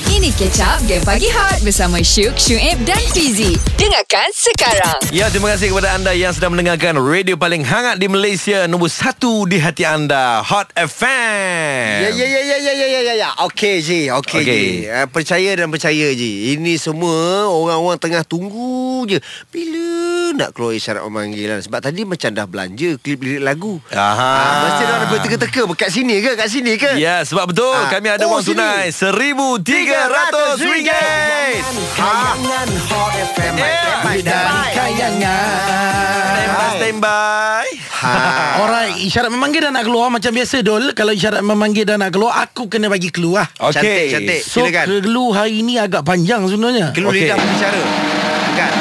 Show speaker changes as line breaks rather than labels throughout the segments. Ini Kecap Game Pagi Hot bersama Syuk, Syuib dan Fizi. Dengarkan sekarang.
Ya, terima kasih kepada anda yang sedang mendengarkan radio paling hangat di Malaysia. Nombor satu di hati anda, Hot FM.
Ya ya ya ya ya ya ya ya ya. Okey je, okey
Okey.
okay. je. Uh, percaya dan percaya je. Ini semua orang-orang tengah tunggu je. Bila nak keluar isyarat pemanggilan sebab tadi macam dah belanja klip lirik lagu.
Aha.
Ah, mesti orang nak teka-teka kat sini ke kat sini ke?
Ya, sebab betul
Ah.
kami ada
Oh,
wang
sini.
tunai RM1,300.
Ha. Kayangan Hot FM.
Eh, Standby,
ah.
Standby, standby.
Ha.
Oh,
Alright, isyarat memanggil dan nak keluar macam biasa Dol. Kalau isyarat memanggil dan nak keluar, aku kena bagi keluar.
Okey.
Cantik, cantik.
So,
Oh, silakan.
kelu hari ni agak panjang sebenarnya.
Kelu
Okey.
okay. lidah berbicara Kan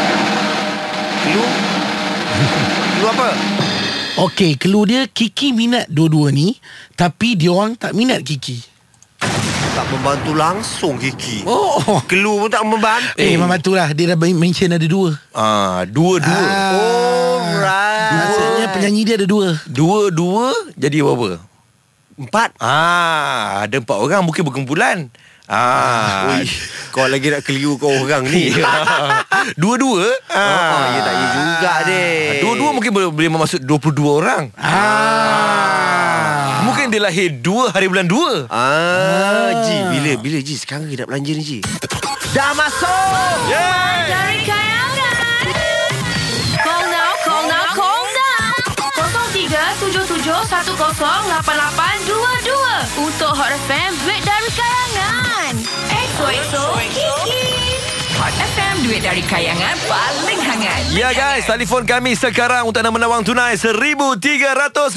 Kelu Kelu apa?
Okey, kelu dia Kiki minat dua-dua ni, tapi dia orang tak minat Kiki.
Tak membantu langsung Kiki oh.
Oh.
Kelu pun tak membantu
Eh.
Eh, eh Mama tu lah Dia dah mention ada dua
Ah, dua-dua.
Alright
Maksudnya penyanyi dia ada dua
Dua-dua jadi berapa?
Empat
Ah, ada empat orang mungkin berkumpulan. Ah.
Ui, Kau lagi nak keliru kau orang ni
Ya. Dua-dua ah.
Oh, ya tak ya juga deh
Dua-dua mungkin boleh, boleh masuk 22 orang ah. Mungkin dia lahir dua hari bulan dua
Ah, Ji, bila bila Ji sekarang kita nak belanja ni Ji. Dah masuk.
Yeay
Dari Kayangan Call now, call now, call now 0377108822 Untuk Hot FM Duit dari Kayangan XOXO Kiki
Hot FM, duit dari kayangan paling hangat.
Ya guys, telefon kami sekarang untuk nama nawang tunai RM1,300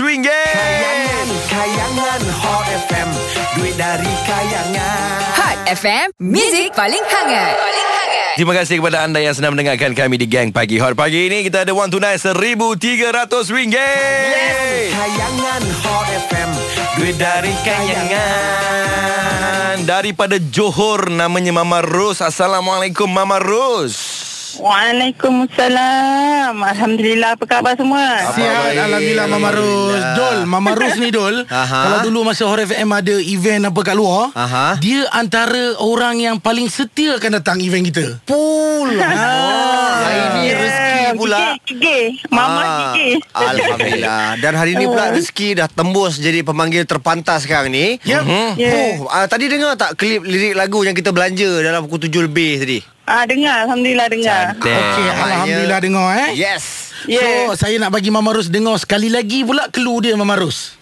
Kayangan Hot FM, duit dari kayangan.
Hot FM, music paling hangat. Paling hangat.
Terima kasih kepada anda yang sedang mendengarkan kami di Gang Pagi Hot Pagi ini Kita ada wang tunai RM1,300 Yeay
Kayangan Hot FM
Duit dari kayangan Daripada Johor namanya Mama Ros Assalamualaikum Mama Ros
Waalaikumsalam. Alhamdulillah apa khabar semua?
Sihat
baik.
Alhamdulillah Mama Rus
Alhamdulillah.
Dol Mama Rus ni Dol
Aha.
Kalau dulu masa Hore FM ada event apa kat luar
Aha.
Dia antara orang yang paling setia akan datang event kita
Pula oh, Hari ni rezeki pula
Ya, Gigih, gigih. Mama
Ah,
gigih.
Alhamdulillah Dan hari ni
Oh.
pula rezeki dah tembus Jadi pemanggil terpantas sekarang ni
Ya
Hmm.
Yeah.
Oh, ah, tadi dengar tak klip lirik lagu yang kita belanja dalam pukul 7 lebih tadi?
Ah dengar, alhamdulillah dengar.
Okey,
Ah,
Alhamdulillah
ya.
dengar eh
Yes.
Yeah.
So saya nak bagi Mama Rus dengar sekali lagi pula clue dia Mama Rus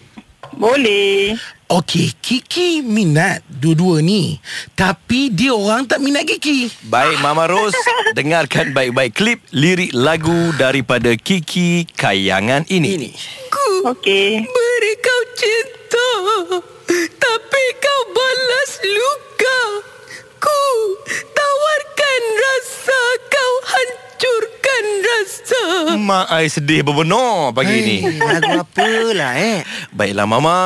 Boleh.
Okey, Kiki minat dua-dua ni Tapi dia orang tak minat Kiki
Baik Mama Ros Dengarkan baik-baik klip Lirik lagu daripada Kiki Kayangan ini, ini.
Okey.
Beri kau cinta, tapi kau balas luka. Ku tawarkan rasa, kau hancurkan rasa.
Mak I sedih berbenar pagi ini
Eh, Lagu apalah eh?
Baiklah Mama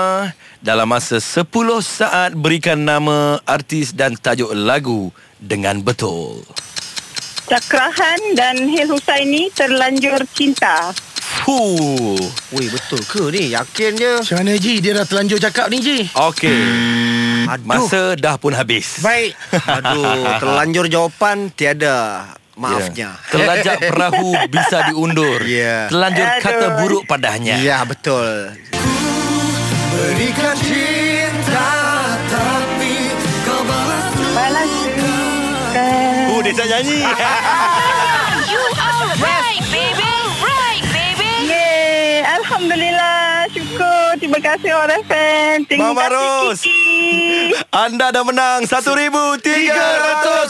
Dalam masa 10 saat Berikan nama artis dan tajuk lagu Dengan betul
Cakrahan dan Hil Husaini terlanjur cinta.
Fuh
Weh betul ke ni? Yakin je.
Macam mana Ji? Dia dah terlanjur cakap ni Ji
Okey
Aduh.
Masa dah pun habis
Baik
Aduh, terlanjur jawapan tiada maafnya.
Ya. Terlajak perahu bisa diundur
Ya.
Terlanjur kata
Aduh.
buruk padanya
Ya betul Berikan cinta Tapi kau balas
Balas luka.
Oh dia tak nyanyi
You alright baby Right baby
Yeay, Alhamdulillah. Syukur. Terima kasih orang fan. Terima
Mama
kasih
Ros.
Kiki.
Anda dah menang RM1,300
Yeay, Alhamdulillah.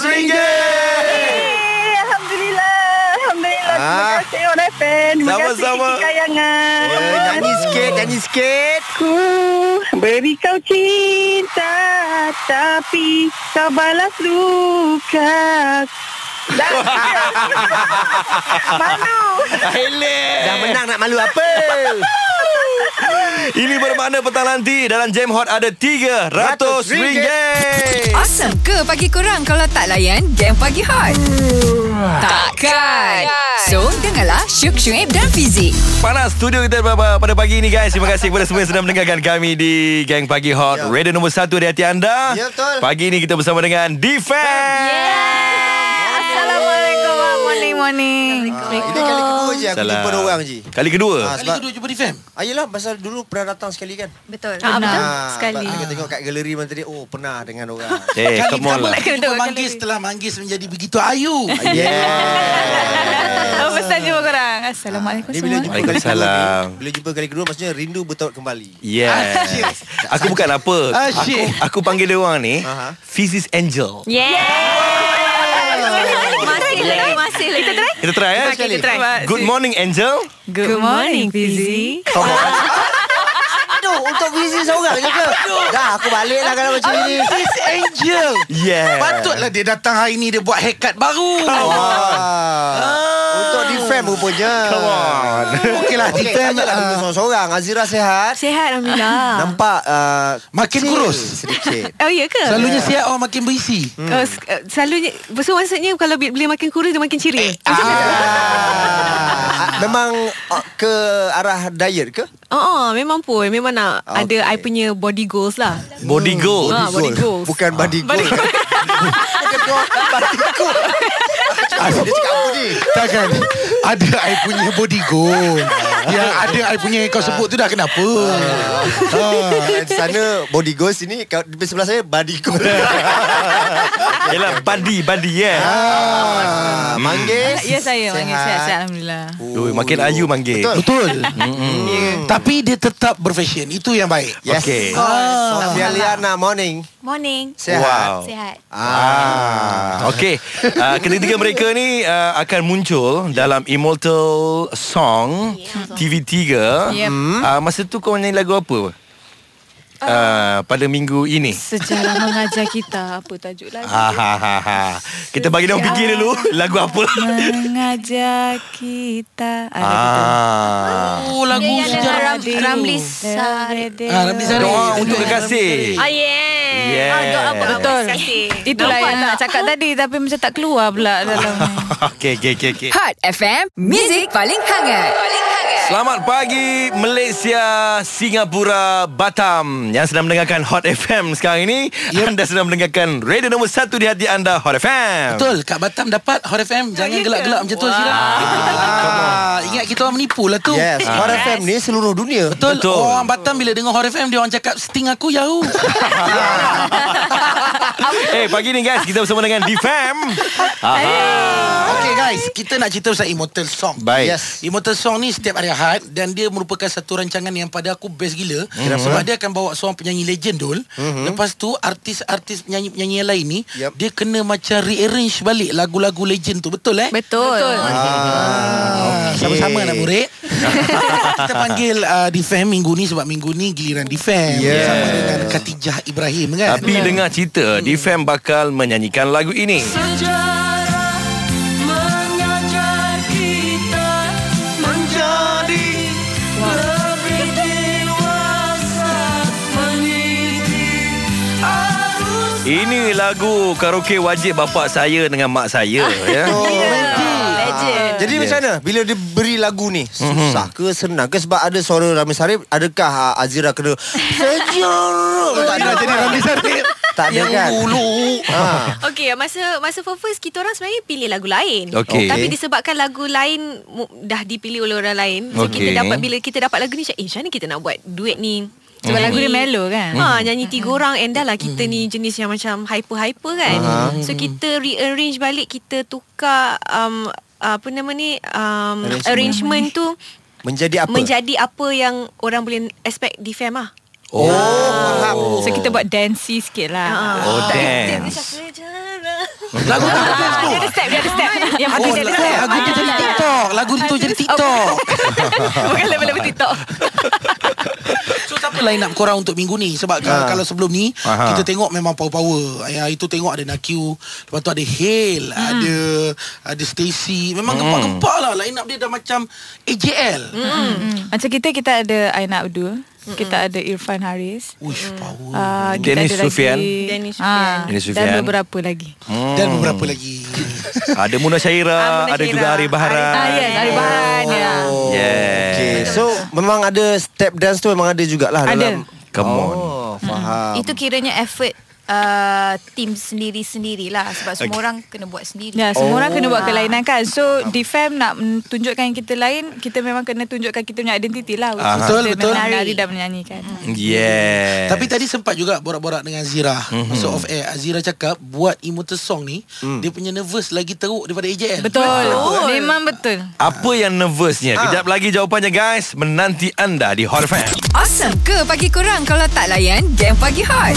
Alhamdulillah. Terima
Ah.
kasih orang fan. Terima
Sama-sama.
kasih Kiki Kayangan.
Ya, nyanyi sikit, nyanyi sikit
Ku beri kau cinta Tapi kau balas luka Dah Malu
Dah menang nak malu apa
Ini bermakna petang nanti Dalam Jam Hot ada RM300
Awesome ke pagi korang kalau tak layan game pagi hot? Takkan.
Alright.
So, dengarlah Syuk Syuib dan Fizik.
Panas studio kita pada pada pagi ini guys. Terima kasih kepada semua yang sedang mendengarkan kami di Gang Pagi Hot.
Ya.
Radio nombor 1 di hati anda.
Ya, betul.
Pagi ini kita bersama dengan Defense.
Assalamualaikum. Morning, morning.
Ini kali kedua je aku
Salah.
jumpa orang je.
Kali kedua.
Ah,
Kali
sebab-
kedua jumpa di
Eh,
fam
Ayolah pasal dulu pernah datang sekali kan.
Betul.
Ah, betul.
Ah,
Sekali.
Sebab aku tengok kat galeri mana tadi oh pernah dengan orang.
Eh,
Kali
come on
pertama
lah.
lagi
Kena tengok
memanggis
kali.
Setelah manggis menjadi begitu ayu
yeah.
Apa pesan jumpa korang? Assalamualaikum
Ni bila
semua.
jumpa kali kedua
Waalaikumsalam.
ni, bila jumpa kali kedua maksudnya rindu bertaut kembali.
Yes. Ah, Aku bukan apa. Aku,
Asyik.
aku panggil dia orang ni
Ah, Aha.
Physis Angel.
Masih lagi, masih lagi. Kita try.
Kita try eh.
Sekali.
Try.
Good morning Angel.
Good morning, Fizi.
Aduh, untuk busy seorang je ke? Dah, aku baliklah kalau macam ni.
This angel
Yeah.
Patutlah dia datang hari ni Dia buat haircut
Oh.
baru
Wah. Ah. Untuk defend rupanya.
Come on.
Okeylah, okay, defend okay, lah. Uh, seorang. Azira sehat.
Sehat, Alhamdulillah.
Nampak uh,
Makin
kecil
kurus.
Sedikit.
Oh, ya ke?
Selalunya siap orang makin berisi
Hmm.
Oh, s- uh, selalunya So maksudnya Kalau bi- bila makin kurus Dia makin
Eh,
ceria
Ah, memang uh, ke arah diet ke?
Oh, oh memang pun Memang nak
Ah,
Okay.
Ada I punya body goals lah
Body
Hmm.
goal.
Ah, body
goal.
goals.
Bukan Oh, Ah. body goal. Bukan goal, body goal. Ah, Dia cakap apa ni?
Takkan Ada I punya body goal Yang ada I punya yang kau sebut tu dah kenapa
Ah, sana body goal sini kau di sebelah saya body goal.
Yalah body body eh.
ah, manggis.
Ya saya Manggil sihat, sihat Alhamdulillah
Ui, makin ayu manggil.
Betul.
Betul Tapi dia tetap berfashion Itu yang baik
Yes.
Okey.
Okay. Ah, Sofia Liana morning.
Morning.
Sehat.
Wow.
Sihat. Oh,
Ah, okay. Uh, ketiga mereka ni uh, akan muncul dalam Immortal Song TV3.
Yep.
Uh, masa tu kau nyanyi lagu apa?
Ah.
Uh, pada minggu ini.
Sejarah mengajar kita Apa tajuk lagu
Ah.
Ha ha ha ha. Kita bagi dia fikir dulu lagu apa.
Ah. Mengajar kita
Ah.
Ah.
Oh lagu
Ram, Ramli Ya,
Ah, Ramli Sarip.
Doa untuk kekasih.
Ah, yeah.
Yeah.
Ah, doa apa?
Betul.
Kasih.
Itulah yang nak cakap tadi Tapi macam tak keluar pula dalam
okay, okay, okay, okay.
Hot FM, Music paling hangat. Paling hangat.
Selamat pagi Malaysia, Singapura, Batam Yang sedang mendengarkan Hot FM sekarang ini yep. Anda sedang mendengarkan radio nombor 1 di hati anda Hot FM
Betul Kat Batam dapat Hot FM Jangan gelak-gelak macam tu Syirah ah, Ingat kita orang menipu lah tu
Yes. Hot FM ni seluruh dunia.
Betul.
Betul.
Betul. Orang Batam bila dengar Hot FM dia orang cakap sting aku yau.
Eh hey, pagi ni guys kita bersama dengan D-Fam
okay guys, kita nak cerita pasal Immortal Song.
Baik.
Yes.
Immortal Song ni setiap hari Ahad dan dia merupakan satu rancangan yang pada aku best gila mm-hmm. sebab dia akan bawa seorang penyanyi legend dul. Mm-hmm. Lepas tu artis-artis penyanyi-penyanyi yang lain ni
Yup.
dia kena macam rearrange balik lagu-lagu legend tu. Betul eh?
Betul, Betul.
Ah, Sama-sama nak murid Kita panggil uh, Difam minggu ni Sebab minggu ni giliran Difam
Yes.
Sama dengan Khatijah Ibrahim kan
Tapi dengar cerita D-Fam bakal menyanyikan lagu ini Ini lagu karaoke wajib bapak saya dengan mak saya ya.
Oh.
Legend.
Ah. Jadi yes. macam mana bila dia beri lagu ni Susah ke senang ke Sebab ada suara Rami Sarip Adakah ah, Azira kena Sejarah Tak ada jadi Rami Sarip Tak ada
Yang
kan
ulu
ha.
Okey, masa masa for first kita orang sebenarnya pilih lagu lain.
Okey.
Tapi disebabkan lagu lain mu- dah dipilih oleh orang lain, so
Okey.
kita dapat bila kita dapat lagu ni, macam, eh, macam mana kita nak buat duet ni?
Sebab
Nyanyi-
lagu dia mellow kan?
Ha, nyanyi tiga orang and dah lah kita ni jenis yang macam hyper-hyper kan. So kita rearrange balik, kita tukar um, apa nama ni um, arrangement.
Arrangement.
arrangement tu
Menjadi apa
menjadi apa yang orang boleh expect di fam lah.
Oh, faham
So kita buat dancey sikit lah
Oh
Dia
dance
macam, "Sejarah."
Lagu tu ada dance tu
Dia ada step Dia ada step
ya.
Yang
Oh,
penting dia ada
lagu
step
lagu tu jadi TikTok Lagu tu jadi TikTok
Bukan level-level TikTok
So siapa line up korang untuk minggu ni Sebab ha. kalau sebelum ni
Aha.
Aha. Kita tengok memang power-power Yang itu tengok ada Nakiu Lepas tu ada Hale hmm. Ada Ada Stacy Memang
Hmm.
gempak-gempak lah Line up dia dah macam AJL
Macam kita Kita ada Aina Abdul
Kita ada Irfan Haris.
Uish, power.
Uh,
Dennis Sufian.
Dennis
Ah,
Dennis
Dan
Sufian.
beberapa lagi.
Dan beberapa lagi.
Ada Muna Syaira,
Ah, Muna
ada juga
Syairah.
Ari
Ah,
Bahara.
yes, Ari Bahan. Ya.
Oh, yes.
Okay. So memang ada step dance tu memang ada jugalah
Ada.
dalam
Come on.
Oh, faham.
Itu kiranya effort uh, team sendiri-sendiri lah sebab semua
Okay.
orang kena buat sendiri.
Ya, semua orang kena buat kelainan kan. So, di fam nak mm, tunjukkan kita lain, kita memang kena tunjukkan kita punya identiti lah.
Ah,
Which is
betul,
kita
betul.
Menari, menari dan menyanyi kan.
Yes.
Tapi tadi sempat juga borak-borak dengan Azira. Mm-hmm. Masa off air Azira cakap buat Immortal Song ni mm. dia punya nervous lagi teruk daripada AJL.
Betul. Oh. Memang betul.
apa yang nervousnya?
Ah.
Kejap lagi jawapannya guys. Menanti anda di Hot FM.
Awesome ke pagi kurang kalau tak layan game pagi hot?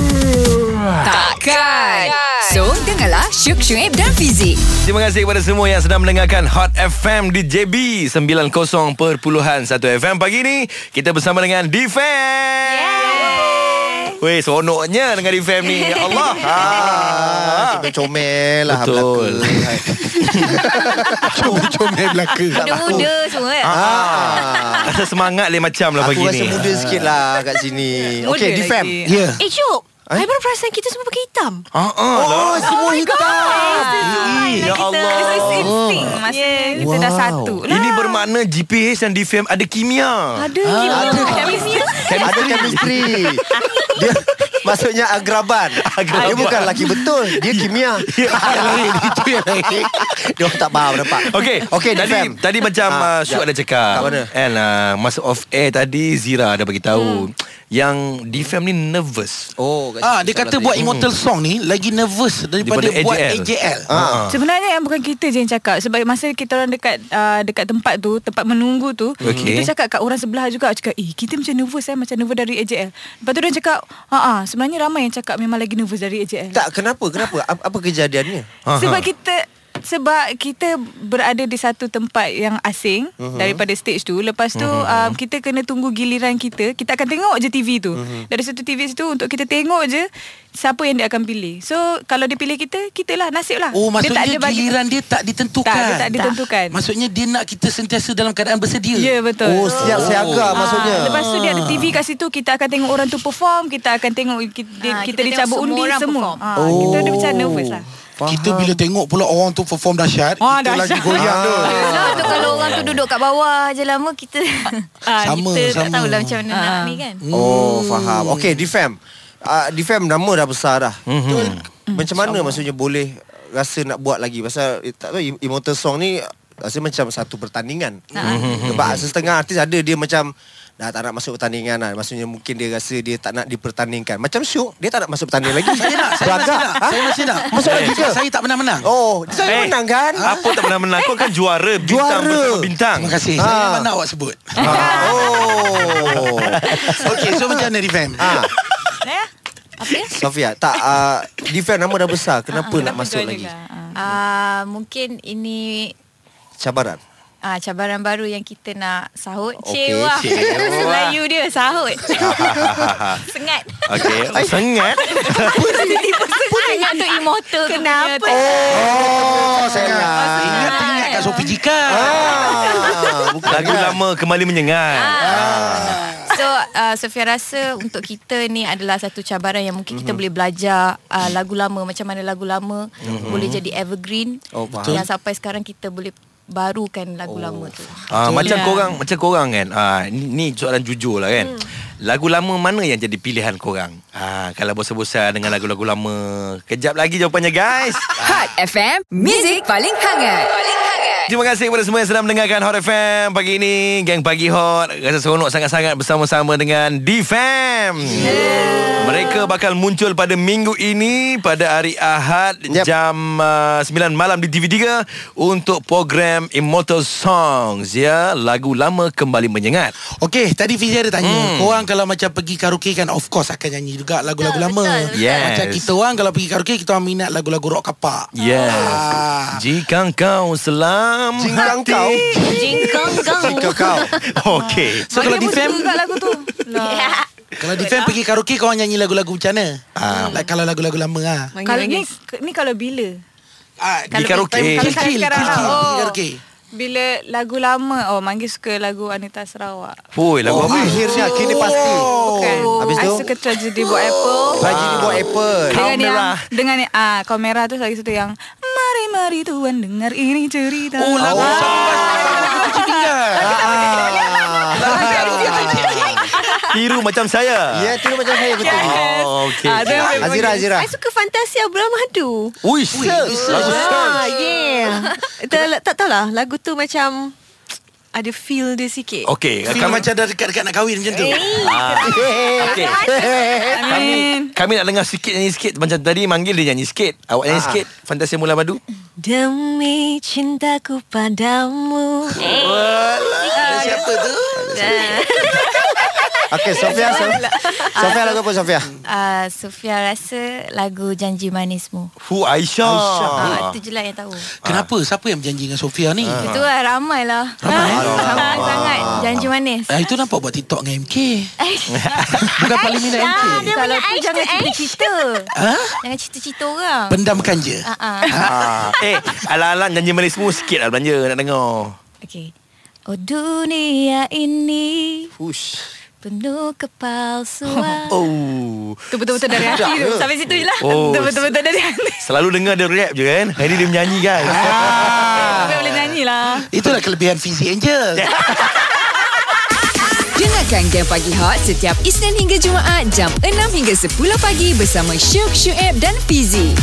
Takkan. So, dengarlah Syuk Syuib dan Fizik.
Terima kasih kepada semua yang sedang mendengarkan Hot FM di JB 90.1 FM. Pagi ni kita bersama dengan Difam. Weh, seronoknya dengan Difam ni. Ya Allah. ha.
Ah, kita comel lah
Betul.
Comel belaka.
Muda-muda semua kan.
Ah.
Rasa semangat lain macam lah pagi
Aku rasa
ni.
muda sikit lah kat sini. Okey,
lagi.
Difam.
Ya.
Eh, Syuk. Eh? I baru perasan kita semua pakai hitam.
Ha ah.
Oh, semua hitam.
Ya Allah.
Instinct. Maksudnya kita dah
Wow.
satu lah.
Ini bermakna GPH dan Difam ada kimia.
Ada kimia.
ada.
Kimia.
Ada chemistry. Dia maksudnya agraban. Dia bukan lelaki betul, dia kimia.
Itu yang lain.
Dia orang tak faham nampak.
Okey,
Okey,
tadi
Difam.
tadi macam
Ah,
uh, Syuk
jap.
ada cakap.
Kat mana?
And uh, masa off air tadi Zira ada bagi tahu hmm. yang Difam ni nervous.
Oh, kat
Ah,
situ
dia
salah
kata
tadi.
buat Immortal Song ni lagi nervous daripada,
Daripada
buat
AJL.
AJL.
Ah.
Sebenarnya yang bukan kita je yang cakap Sebab masa kita orang dekat uh, Dekat tempat tu Tempat menunggu tu
Okey.
Kita cakap kat orang sebelah juga Cakap eh kita macam nervous eh Macam nervous dari AJL Lepas tu dia cakap Haa sebenarnya ramai yang cakap Memang lagi nervous dari AJL
Tak, kenapa? Kenapa? Apa, apa kejadiannya?
Sebab kita sebab kita berada di satu tempat yang asing uh-huh. daripada stage tu lepas tu uh-huh. um, kita kena tunggu giliran kita kita akan tengok je TV tu uh-huh. dari satu TV situ untuk kita tengok je siapa yang dia akan pilih so kalau dia pilih kita kita lah nasib lah
Oh, maksudnya
dia tak ada bagi
giliran dia tak ditentukan.
Tak, dia tak ditentukan.
Maksudnya dia nak kita sentiasa dalam keadaan bersedia.
ya betul
Oh, siap siaga
Ah,
maksudnya.
Lepas tu dia ada TV kat situ Kita akan tengok orang tu perform Kita akan tengok
Ah,
Kita, kita,
kita
kita
tengok
dicabut
semua
undi
orang
semua
perform.
ha, oh. Kita ada macam nervous lah
Kita bila tengok pula orang tu perform dahsyat,
Ah,
kita lagi
dahsyat. Eh?
goyang tu.
Sebab tu kalau orang tu duduk kat bawah je lama kita
Ah,
Sama,
kita tak
sama.
tahulah macam mana nak ni kan.
Hmm.
Oh, faham. Okey, Difam. Uh, Difam nama dah besar dah.
Mhm.
Betul.
Hmm.
Macam mana maksudnya boleh rasa nak buat lagi? Pasal eh, tak tahu Im- Immortal Song ni rasa macam satu pertandingan. Sebab setengah artis ada dia macam dah tak nak masuk pertandingan lah. Maksudnya mungkin dia rasa dia tak nak dipertandingkan. Macam Syuk, dia tak nak masuk pertandingan lagi.
Saya nak, saya masih
Belagak.
nak.
Ha?
Saya masih nak.
Masuk lagi ke?
Sebab Saya tak pernah menang.
Oh, saya menang kan?
Ah.
Apa tak pernah menang? Kau kan juara bintang
Juara.
bersama bintang.
Terima kasih. Saya tak nak awak sebut.
Ah, Oh.
Okey, so macam mana Rifam?
Ah,
Apa ya?
Sofia, tak uh, Difam nama dah besar. Kenapa nak masuk
join
lagi?
juga?
Ah, mungkin ini
Cabaran.
Ah, cabaran baru yang kita nak sahut okay,
Okey,
Cewa
cewa.
Melayu dia sahut Sengat
Okey, oh, sangat.
Sengat tu immortal Kenapa?
Oh, sangat.
Ingat ingat kat Sopi Jika.
Ah, bukan
Lagu
kan?
lama kembali menyengat.
So uh, Sofia rasa untuk kita ni adalah satu cabaran yang mungkin kita boleh belajar uh, lagu lama macam mana lagu lama boleh jadi evergreen
Oh, faham.
yang sampai sekarang kita boleh barukan lagu lama tu.
Ah, macam korang, macam korang kan. Ah, ni, ni soalan jujur lah kan. Lagu lama mana yang jadi pilihan korang? Ah, kalau bosan-bosan dengan lagu-lagu lama. Kejap lagi jawapannya guys.
Hot FM, Music paling hangat. Paling hangat.
Terima kasih kepada semua yang sedang mendengarkan Hot FM pagi ini. Gang Pagi Hot. Rasa seronok sangat-sangat bersama-sama dengan D-Fam. Yeah. Mereka bakal muncul pada minggu ini pada hari Ahad yep.
Yep.
jam uh, 9 malam di TV3 untuk program Immortal Songs. Ya, lagu lama kembali menyengat.
Okey, tadi Fizi ada tanya, hmm. korang kalau macam pergi karaoke kan of course akan nyanyi juga lagu-lagu lama.
betul. Yes.
Macam kita orang kalau pergi karaoke kita orang minat lagu-lagu rock kapak.
Yes.
Ah.
Jika kau selam
Jingkang kau
Jingkang
Jingkang kau
Okey.
So kalau di fam
Juga lagu tu
kalau di fam pergi karaoke kau orang nyanyi lagu-lagu macam mana? Ah, like, kalau lagu-lagu lama ah.
Kalau ni, ni kalau bila
Ah,
Kalau karaoke.
Time
Kalau
kikil,
Eh,
kikil,
sekarang lah.
kikil,
Oh.
pergi karaoke.
Bila lagu lama Oh Manggis suka lagu Anita Sarawak
Oi, lagu
Oh,
apa? ni?
akhirnya Kini pasti
Bukan
Habis tu?
Oh. I suka tragedi buat apple
Oh.
Rajin buat apple
Dengan
merah.
yang Dengan yang ah, Kau merah tu lagi satu yang Mari mari tuan dengar ini cerita
Oh, lagu Sambas Lagu cuci tinggal.
Ah.
Lagu cuci tinggal.
Tiru macam saya.
Ya, tiru macam saya betul.
Oh, okey.
Ah, tu yang favorite
Azira,
dia.
Azira.
I suka fantasi Abram Madu.
Ui,
Lagu
Ah, yeah. tak, tak tahulah lagu tu macam ada feel dia sikit.
Okey,
Feel
kami
macam dah dekat-dekat nak kahwin macam tu.
okey. Kami kami nak dengar sikit nyanyi sikit macam tadi manggil dia nyanyi sikit. Awak nyanyi sikit Fantasi Mula Madu.
Demi cintaku padamu.
Ada siapa tu?
Okey, Sofia. Sof- Sofia lagu apa Sofia?
Uh, Sofia rasa lagu Janji Manismu.
Hu Aisyah.
Ah, itu je lah yang tahu.
Kenapa? Siapa yang berjanji dengan Sofia ni?
Itu lah ramai lah. Ramai sangat. Janji Manis.
Ah, itu nampak buat TikTok dengan MK. Bukan paling minat MK.
Dia Kalau tu jangan cita-cita. Jangan cita-cita orang.
Pendamkan je.
Ah, ah.
Ah. Eh, ala-ala janji manismu sikit lah belanja nak dengar.
Okey. Oh dunia ini
Push.
penuh kepalsuan.
Oh.
Tu betul-betul dari hati tu Sampai situ je lah
Oh.
Tu betul-betul dari hati
Selalu dengar dia rap je kan. Hari ni dia menyanyi kan.
Tapi boleh nyanyi lah
Itulah kelebihan Fizi Angel.
Dengarkan Game Pagi Hot setiap Isnin hingga Jumaat jam 6 hingga 10 pagi bersama Syuk, Syuib dan Fizi.